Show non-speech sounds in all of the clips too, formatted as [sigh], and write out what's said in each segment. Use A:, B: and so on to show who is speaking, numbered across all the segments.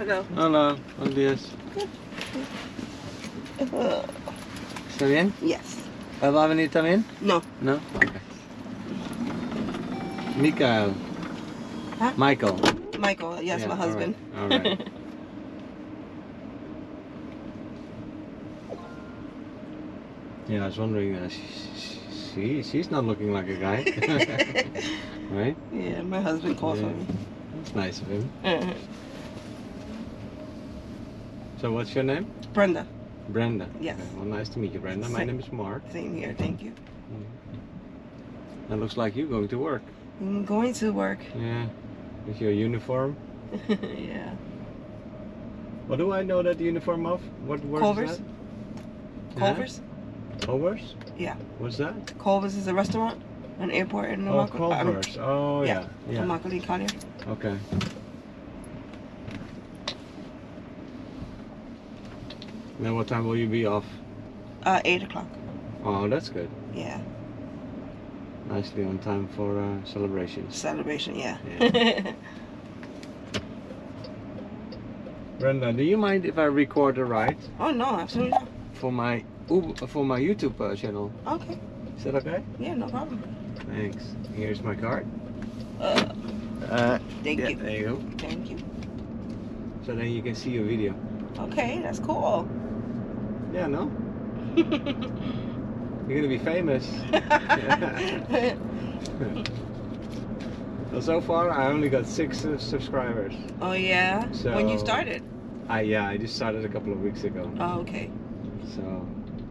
A: ago.
B: Hola, buenos días. ¿Está bien?
A: Yes.
B: ¿Él va a venir también?
A: No.
B: No. Ok. Michael.
A: Huh?
B: Michael.
A: Michael, ¿Ah? yes,
B: Yeah,
A: my husband. [laughs]
B: All right. all right. yeah, I was wondering. Uh, she, she, she's not looking like
A: [laughs]
B: a guy, right? [laughs]
A: yeah, my husband calls
B: Yeah.
A: for me.
B: That's nice of him.
A: Uh-huh.
B: So, what's your name?
A: Brenda,
B: Brenda.
A: Yes.
B: Okay, Well, nice to meet you, Brenda. My
A: Same.
B: name is Mark.
A: same here. Thank you.
B: That looks like you going to work.
A: I'm going to work. [laughs]
B: Yeah. With your uniform.
A: yeah.
B: What do I know that uniform of? What word
A: Culver's.
B: is that? Huh?
A: Culver's.
B: Culver's?
A: Yeah.
B: What's that?
A: Culver's is a restaurant, an airport in uh,
B: Oh,
A: Immokalee.
B: Culver's. Oh, yeah.
A: yeah.
B: Yeah.
A: Immokalee County.
B: Okay. Now, what time will you be off?
A: Uh, eight o'clock.
B: Oh, that's good.
A: Yeah.
B: Nicely on time for uh, celebrations.
A: Celebration. Yeah.
B: Brenda, do you mind if I record a ride
A: [laughs] oh no, absolutely not.
B: for my Uber, for my YouTube uh, channel?
A: Okay.
B: Is that okay?
A: Yeah, no problem.
B: Thanks. Here's my card.
A: Uh,
B: Uh,
A: thank
B: yeah,
A: you.
B: there you go.
A: Thank you.
B: So then you can see your video.
A: Okay, that's
B: [laughs]
A: cool. [laughs]
B: Yeah, no? You're gonna be
A: [laughs]
B: famous. Well, so far, I only got six uh, subscribers.
A: oh yeah. when you
B: So-
A: started.
B: I yeah, I just started a couple of weeks ago,
A: Oh [laughs] okay.
B: so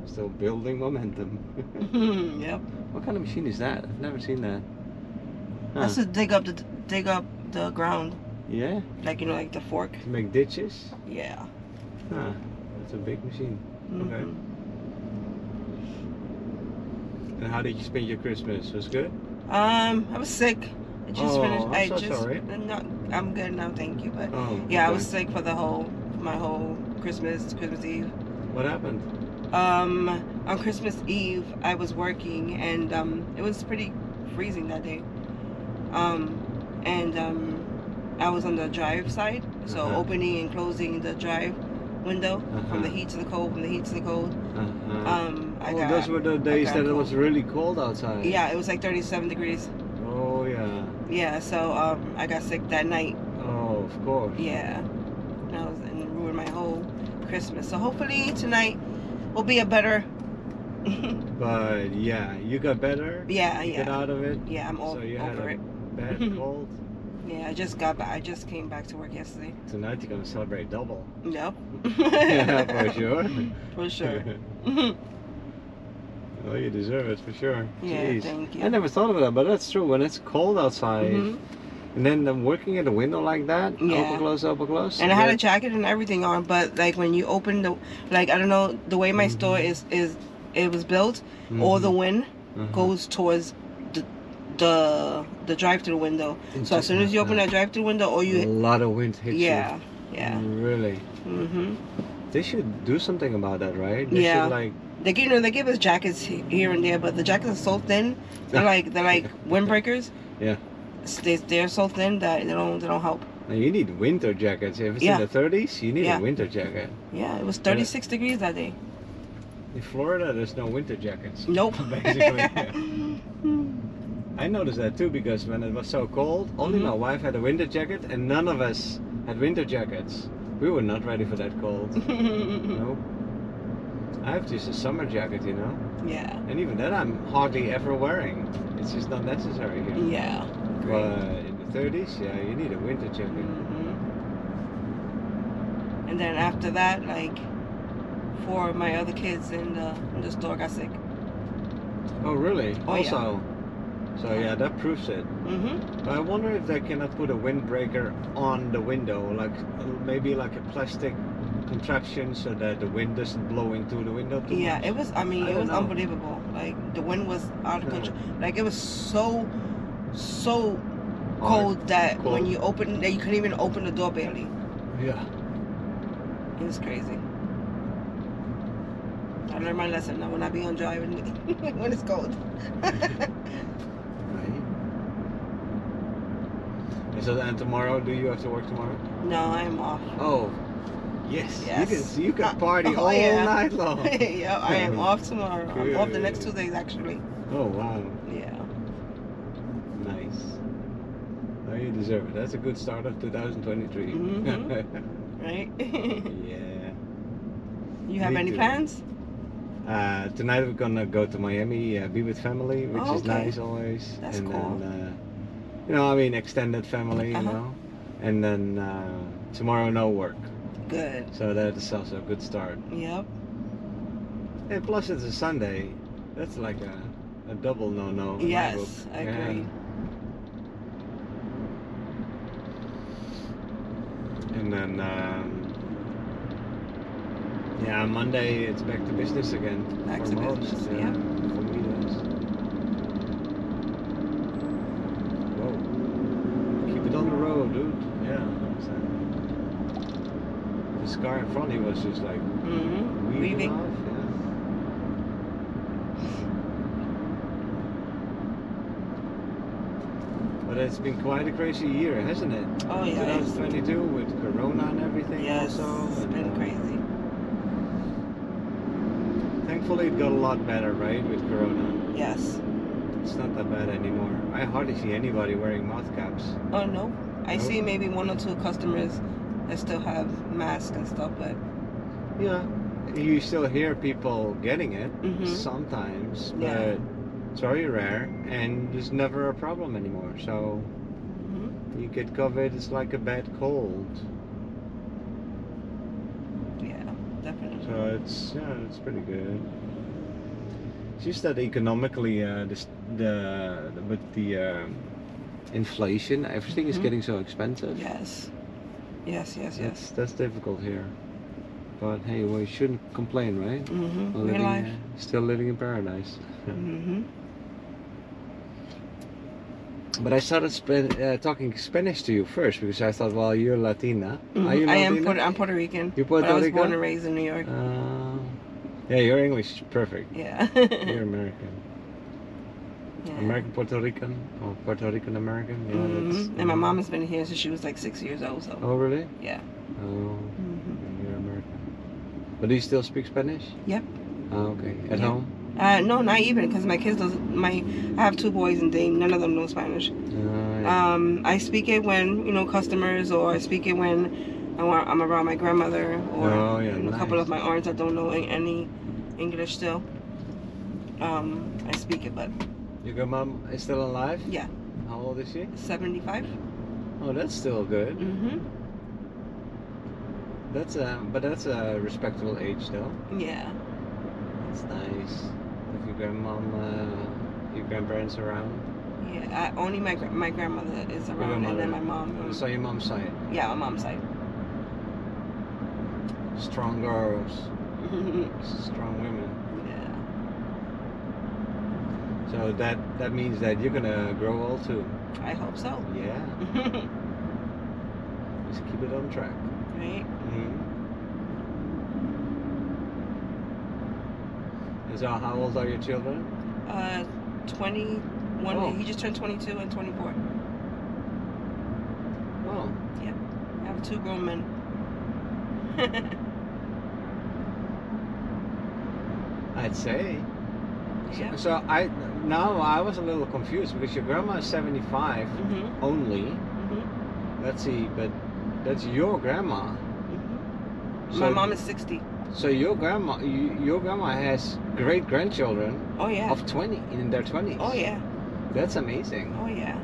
B: still building momentum. [laughs]
A: yep.
B: what kind of machine is that? I've never seen that. Huh.
A: That's to dig up the dig up the ground,
B: Yeah,
A: like you know, like the fork.
B: to make ditches.
A: Yeah.
B: Huh. That's a big machine.
A: Mhm.
B: And how did you spend your Christmas? Was good?
A: Um, I was sick. I just
B: Oh,
A: finished.
B: I'm
A: I
B: so
A: just.
B: sorry.
A: I'm not. I'm good now. Thank you. But
B: Oh.
A: yeah, I
B: okay.
A: was sick for the whole my whole Christmas, Christmas Eve.
B: What happened?
A: Um, on Christmas Eve, I was working, and um, it was pretty freezing that day. Um, and um, I was on the drive side, so
B: Uh-huh.
A: opening and closing the drive window
B: Uh-huh.
A: from the heat to the cold, from the heat to the cold.
B: Uh-huh.
A: Um, I
B: oh,
A: got.
B: those were the days
A: got
B: that it
A: cold.
B: was really cold outside.
A: yeah, it was like 37 degrees.
B: Oh yeah.
A: Yeah, so um, I got sick that night.
B: Oh, of course.
A: Yeah. And I was and it ruined my whole Christmas. So hopefully tonight will be a better [laughs]
B: But yeah, you got better.
A: Yeah,
B: you Get
A: yeah.
B: out of it.
A: Yeah, I'm all
B: so you had
A: over
B: a
A: it. [laughs]
B: bad cold.
A: Yeah, I just got back I just came back to work yesterday.
B: Tonight you're gonna
A: [laughs]
B: celebrate double. [laughs]
A: Yep.
B: yeah, for sure.
A: [laughs] For
B: [laughs]
A: sure. [laughs]
B: well, you deserve it for sure.
A: Yeah,
B: Jeez.
A: thank you.
B: I never thought of that, but that's true. When it's cold outside,
A: Mhm.
B: and then I'm working at a window like that,
A: Yeah.
B: open close, open close.
A: And I had a
B: that-
A: jacket and everything on, but like when you open the like I don't know, the way my store
B: Mm-hmm.
A: is is it was built, all the wind
B: Mhm.
A: goes towards the the the drive through window. So as soon as you open that drive through window or
B: Uh-huh. a
A: you
B: lot of wind hits you. Mm-hmm.
A: Yeah. Yeah.
B: Really,
A: Mhm.
B: they should do something about that, right? They
A: Yeah.
B: Should, like
A: They give- you know they give us jackets he- here and there, but the jackets are so thin.
B: [laughs]
A: They're like they're like windbreakers.
B: Yeah.
A: S- They they're so thin that they don't they don't help.
B: Now, You need winter jackets. If it's
A: Yeah.
B: in the 30s, you need
A: Yeah.
B: a winter jacket.
A: Yeah, it was 36 degrees that day.
B: In Florida, there's no winter jackets.
A: [laughs] Nope.
B: Basically. I noticed that too because when it was so cold, only
A: Mhm.
B: my wife had a winter jacket and none of us had winter jackets. We were not ready for that cold.
A: Mm-hmm.
B: no. I have just a summer jacket, you know?
A: yeah.
B: And even that I'm hardly ever wearing. It's just not necessary here.
A: Yeah.
B: But in the 30s, yeah, you need a winter jacket.
A: Mhm. And then after that, like four of my other kids in the in the store got sick.
B: Oh, really?
A: Oh, yeah.
B: also. So, yeah, that proves it.
A: hmm
B: I wonder if they cannot put a windbreaker on the window, like maybe like a plastic contraption so that the wind doesn't blow into the window too
A: Yeah,
B: much.
A: it was. I mean,
B: I
A: it
B: don't
A: was
B: know.
A: unbelievable. Like the wind was out of
B: Yeah.
A: control. Like it was so so cold that when
B: Cold.
A: you open that you couldn't even open the door barely.
B: Yeah.
A: It was crazy. I learned my lesson. I will not be on driving [laughs] when it's cold.
B: Right. And so and tomorrow, do you have to work tomorrow?
A: [laughs] No, I'm off.
B: Oh, yes. You
A: Yes.
B: can you can party
A: [laughs] oh,
B: all
A: yeah.
B: night
A: [laughs]
B: long.
A: yeah, I
B: [laughs]
A: am off tomorrow. I'm off the next two
B: Good.
A: days actually.
B: oh wow,
A: Yeah.
B: nice. Oh, you deserve it. That's a good start of 2023.
A: Mhm. Right?
B: [laughs]
A: [laughs]
B: yeah.
A: you have
B: Me
A: any
B: too.
A: plans?
B: Uh, tonight we're gonna go to Miami, uh, be with family, which
A: Oh,
B: is
A: okay.
B: nice always.
A: That's
B: and
A: cool.
B: Then, uh, you know, I mean, extended family,
A: Uh-huh.
B: you know. And then uh, tomorrow, no work.
A: Good.
B: So that is also a good start.
A: Yep.
B: And plus, it's a Sunday. That's like a, a double no no.
A: yes, I agree.
B: And then, um, yeah, Monday it's back to business again.
A: Back
B: for
A: to
B: most,
A: business,
B: uh,
A: yeah.
B: For me, yes. Whoa. Keep it on the road, dude. Yeah. exactly. This car in front of me was just like
A: hmm
B: weaving.
A: Weaving.
B: off, yeah. But it's been quite a crazy year, hasn't it?
A: Oh yeah. it's-
B: 2022 with Corona and everything
A: Yes.
B: also.
A: It's
B: and,
A: been
B: uh,
A: crazy.
B: Thankfully, it got a lot better, right, with Corona.
A: Yes.
B: It's not that bad anymore. I hardly see anybody wearing mouth caps.
A: Oh no. I
B: Nope.
A: see maybe one or two customers that still have masks and stuff, but
B: Yeah. You still hear people getting it
A: Mhm.
B: sometimes, but
A: Yeah.
B: it's very rare, and there's never a problem anymore. So you get COVID, it's like a bad cold.
A: yeah, definitely.
B: So it's yeah, it's pretty good. It's just that economically, uh, this, the with the um inflation, everything is
A: Mhm.
B: getting so expensive.
A: Yes. Yes, yes,
B: That's
A: yes.
B: that's difficult here. But hey, we shouldn't complain, right?
A: Mm-hmm.
B: We're
A: Real
B: living,
A: life.
B: uh, still living in paradise.
A: Mm-hmm.
B: [laughs] But I started sp- uh, talking Spanish to you first because I thought, well, you're Latina. Are you
A: Mm-hmm. I am
B: Latina?
A: Puerto, I'm Puerto Rican.
B: You're
A: but
B: Puerto
A: I was born
B: Rican?
A: and raised in New York.
B: Uh, yeah, your English is perfect.
A: Yeah.
B: You're American.
A: [laughs] Yeah.
B: American Puerto Rican or Puerto Rican American. Yeah, that's-
A: Mhm. And my mom has been here since she was like six years old. So
B: Oh really?
A: yeah.
B: Oh,
A: hmm
B: you're American. But do you still speak Spanish?
A: Yep.
B: Oh, okay. At
A: Yeah.
B: home?
A: Uh, no, not even because my kids doesn't. My I have two boys and they none of them know Spanish.
B: Oh, yeah.
A: Um, I speak it when you know customers, or I speak it when I'm ar- I'm around my grandmother or
B: Oh, yeah,
A: you know, a couple
B: nice.
A: of my aunts that don't know a- any English still. Um, I speak it, but
B: Your grandmom is still alive?
A: Yeah.
B: How old is she?
A: 75.
B: Oh, that's still good.
A: Mm-hmm.
B: That's a but that's a respectable age though.
A: Yeah.
B: That's nice. If your grandmom, uh, your grandparents around.
A: Yeah, I, only my gra- my grandmother is
B: Your
A: around, and then my
B: grandmother.
A: mom. um,
B: So your mom's side,
A: yeah, my mom's side.
B: strong girls,
A: yeah.
B: strong women. So that that means that you're gonna grow old too.
A: I hope
B: [laughs]
A: so.
B: Yeah.
A: right?
B: Just keep it on track. Mm-hmm. And so, how old are your children?
A: Uh, 21.
B: Oh.
A: He just turned 22 and 24.
B: Oh,
A: I have two grown men. [laughs]
B: I'd say.
A: yeah.
B: So I now I was a little confused because your grandma is seventy-five
A: Mhm,
B: only.
A: mhm,
B: Let's see, but that's your grandma. Mm-hmm.
A: mhm.
B: So,
A: my mom is 60.
B: So your grandma, you, your grandma has great grandchildren
A: Oh yeah.
B: of twenty in their twenties.
A: Oh yeah.
B: That's amazing.
A: Oh yeah.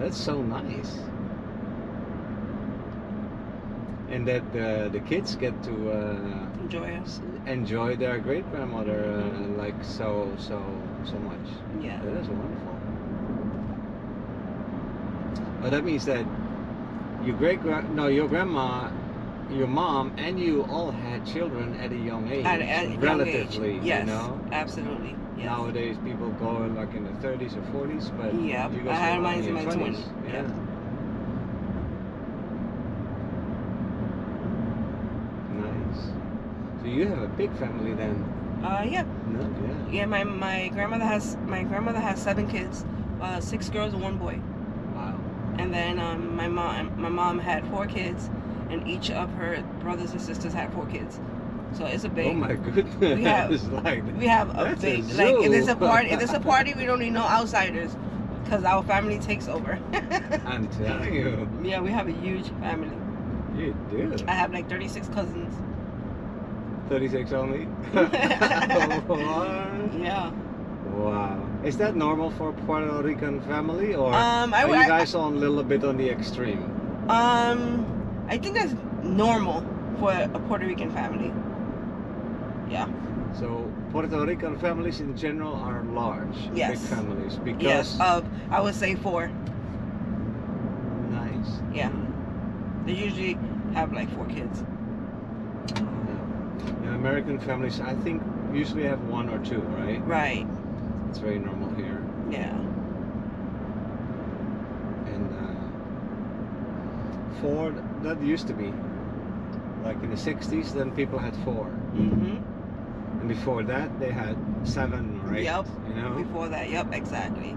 B: That's so nice. And that uh, the kids get to uh,
A: Enjoy it.
B: s- enjoy their great grandmother uh, like so so so much.
A: Yeah.
B: That is wonderful. But that means that your great grand no your grandma, your mom, and you all had children at a young age,
A: At, at a young
B: Uh, relatively.
A: age. Yes.
B: You know.
A: Absolutely. Yes.
B: Nowadays, people go like in the 30s or 40s, but
A: Yep,
B: uh, you
A: I
B: guys
A: had
B: were
A: mine
B: only
A: in my
B: 20s.
A: 20s,
B: Yeah. Nice. So you have a big family then?
A: Uh, yeah.
B: No. Yeah.
A: Yeah. My my grandmother has my grandmother has seven kids, uh, six girls and one boy.
B: Oh
A: and then um, my mom my mom had four kids, and each of her brothers and sisters had four kids. So it's a big.
B: Oh my goodness!
A: We have-
B: It's [laughs] like,
A: We have a
B: That's a
A: big like if it's a
B: zoo.
A: party if it's a party we don't need no outsiders, because our family takes over. [laughs]
B: I'm telling you,
A: yeah, we have a huge family.
B: you do.
A: I have like 36 cousins.
B: 36
A: [laughs]
B: only. [laughs] What?
A: Yeah.
B: wow. Is that normal for Puerto Rican family, or
A: Um, I,
B: are
A: would-
B: you
A: I-
B: guys on a little bit on the extreme?
A: Um, I think that's normal for a Puerto Rican family.
B: So Puerto Rican families in general are large,
A: Yes.
B: big families because
A: Yes, Uh, of I would say four.
B: nice.
A: Yeah. They usually have like four kids.
B: Yeah, American families, I think, usually have one or two, right?
A: Right.
B: It's very normal here.
A: Yeah.
B: And uh, four, that used to be. Like in the 60s, then people had four.
A: Mhm.
B: And before that, they had seven or eight.
A: Yep.
B: You know?
A: Before that, yep, exactly.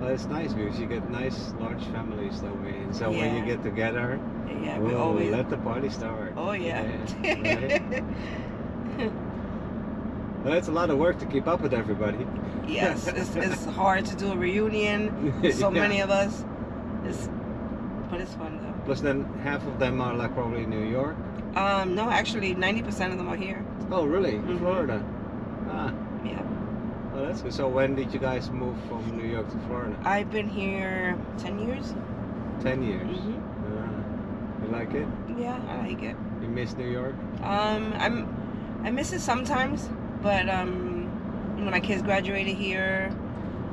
B: But it's nice because you get nice, large families that way. And so when you
A: Yeah.
B: get together,
A: Yeah, we
B: "Whoa,
A: always.
B: Oh, let the party start.
A: Oh yeah. [laughs]
B: Yeah, right? But it's a lot of work to keep up with everybody.
A: yes, it's, it's hard to do a reunion. [laughs] So
B: [laughs] Yeah.
A: many of us. It's, but it's fun though.
B: Plus, then half of them are like probably in New York.
A: Um, no, actually, 90% of them are here.
B: Oh, really?
A: Mhm.
B: Florida. Ah.
A: Yeah.
B: Well, that's good. So, when did you guys move from New York to Florida?
A: I've been here 10 years.
B: Ten years.
A: hmm
B: Ah. you like it?
A: Yeah, I like it.
B: You miss New York?
A: Um, I'm, I miss it sometimes, but um, you know, my kids graduated here.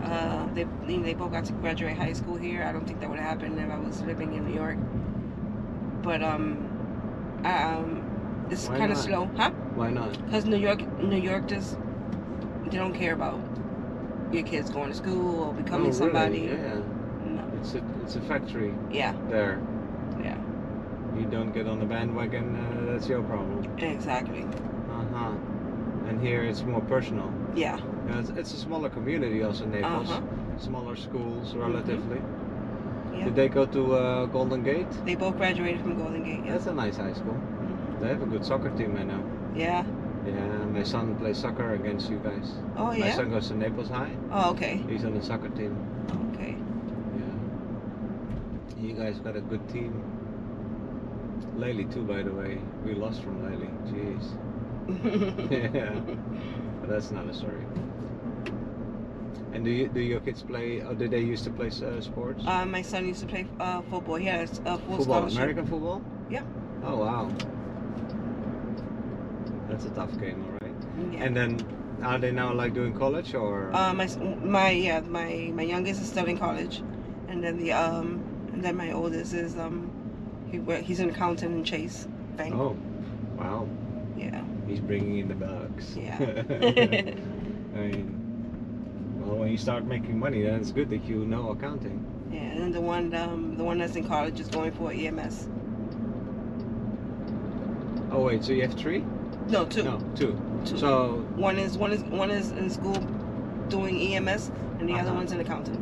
A: Uh, they you know, they both got to graduate high school here. I don't think that would have happened if I was living in New York. But um, I, um, it's
B: Why
A: kind of
B: not?
A: slow, huh?
B: Why not?
A: Because New York, New York just they don't care about your kids going to school or
B: Oh,
A: becoming
B: really?
A: somebody.
B: Yeah.
A: No.
B: It's a it's a factory
A: Yeah,
B: there.
A: Yeah.
B: You don't get on the bandwagon. Uh, that's your problem.
A: exactly.
B: Uh huh. And here it's more personal.
A: Yeah,
B: Yeah, it's, it's a smaller community also Naples.
A: Uh-huh. Mm-hmm.
B: Smaller schools relatively.
A: Yeah.
B: Did they go to uh, Golden Gate?
A: they both graduated from Golden Gate. Yes.
B: That's a nice high school.
A: Mhm.
B: They have a good soccer team, I know.
A: Yeah.
B: Yeah, my son plays soccer against you guys.
A: Oh
B: My
A: yeah.
B: son goes to Naples High.
A: Oh okay.
B: He's on the soccer team.
A: Okay.
B: Yeah. You guys got a good team. Laley too, by the way. We lost from Laley. Jeez. [laughs] yeah. But that's another story. And do you do your kids play? Or did they used to play uh, sports?
A: Uh, my son used to play uh, football. He had a, s- a full
B: football,
A: scholarship.
B: American football.
A: Yeah.
B: Oh wow. That's a tough game, all right.
A: Yeah.
B: And then, are they now like doing college or?
A: uh, my s- my yeah my my youngest is still in college, and then the um and then my oldest is um he wo- he's an accountant in Chase Bank.
B: oh, wow.
A: Yeah.
B: He's bringing in the bucks. [laughs]
A: Yeah. [laughs]
B: I mean, well, when you start making money, then it's good that you know accounting.
A: Yeah, and then the one um the one that's in college is going for E EMS.
B: Oh wait, so you have three?
A: No, two.
B: No, two.
A: Two.
B: So
A: One is one is one is in school doing EMS, and the other
B: Uh-huh.
A: one's an accountant.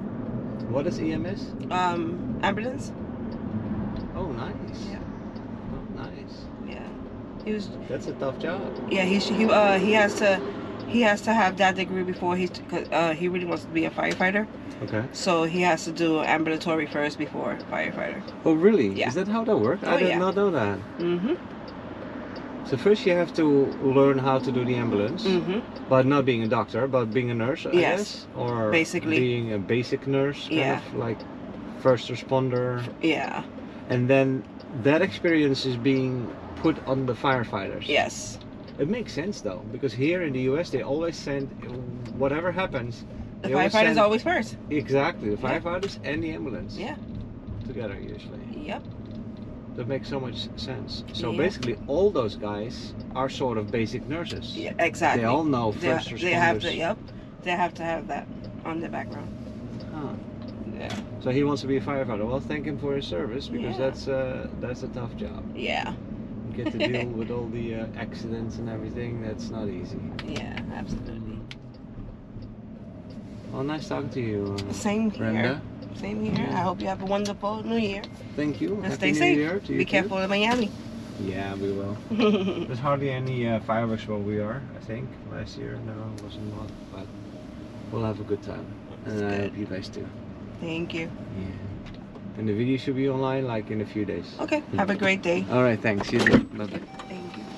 B: what is E EMS?
A: Um, ambulance.
B: Oh, nice.
A: Yeah.
B: Oh, nice.
A: Yeah, he was
B: That's a tough job.
A: Yeah, he sh- he uh he has to he has to have that degree before he uh he really wants to be a firefighter.
B: Okay.
A: So he has to do ambulatory first before firefighter.
B: Oh, really?
A: Yeah.
B: Is that how that works? I
A: Oh,
B: did
A: yeah.
B: not know that.
A: Mhm.
B: So first you have to learn how to do the ambulance,
A: Mhm.
B: but not being a doctor, but being a nurse, I
A: Yes.
B: guess, or
A: Basically.
B: being a basic nurse, kind
A: Yeah.
B: of like first responder,
A: Yeah.
B: and then that experience is being put on the firefighters.
A: Yes.
B: It makes sense though, because here in the U.S. they always send whatever happens.
A: The
B: they always
A: firefighter's
B: send-
A: always first.
B: Exactly, the
A: Yeah.
B: firefighters and the ambulance.
A: Yeah.
B: Together usually.
A: Yep.
B: That makes so much sense. So
A: Yeah.
B: basically, all those guys are sort of basic nurses.
A: Yeah, exactly.
B: They all know
A: They-
B: first responders.
A: they have to. Yep. They have to have that on their background.
B: Huh.
A: Yeah.
B: Ah. So he wants to be a firefighter. Well, thank him for his service because
A: Yeah.
B: that's uh, that's a tough job.
A: Yeah.
B: You get to
A: [laughs]
B: deal with all the uh, accidents and everything. That's not easy.
A: Yeah. Absolutely.
B: Well, nice talking to you, uh,
A: Same here.
B: Brenda.
A: Same here. I hope you have a wonderful New Year.
B: Thank you.
A: And
B: Happy
A: stay
B: New
A: safe.
B: Year to you
A: Be
B: too.
A: careful in Miami. [laughs]
B: Yeah, we will. There's hardly any uh, fireworks where we are. I think last year no, it wasn't a lot, but we'll have a good time,
A: That's
B: and I
A: good.
B: hope you guys do.
A: Thank you.
B: Yeah. And the video should be online like in a few days.
A: Okay. Have a great day.
B: All right, thanks. Mm-hmm. You too. Bye bye.
A: Thank you.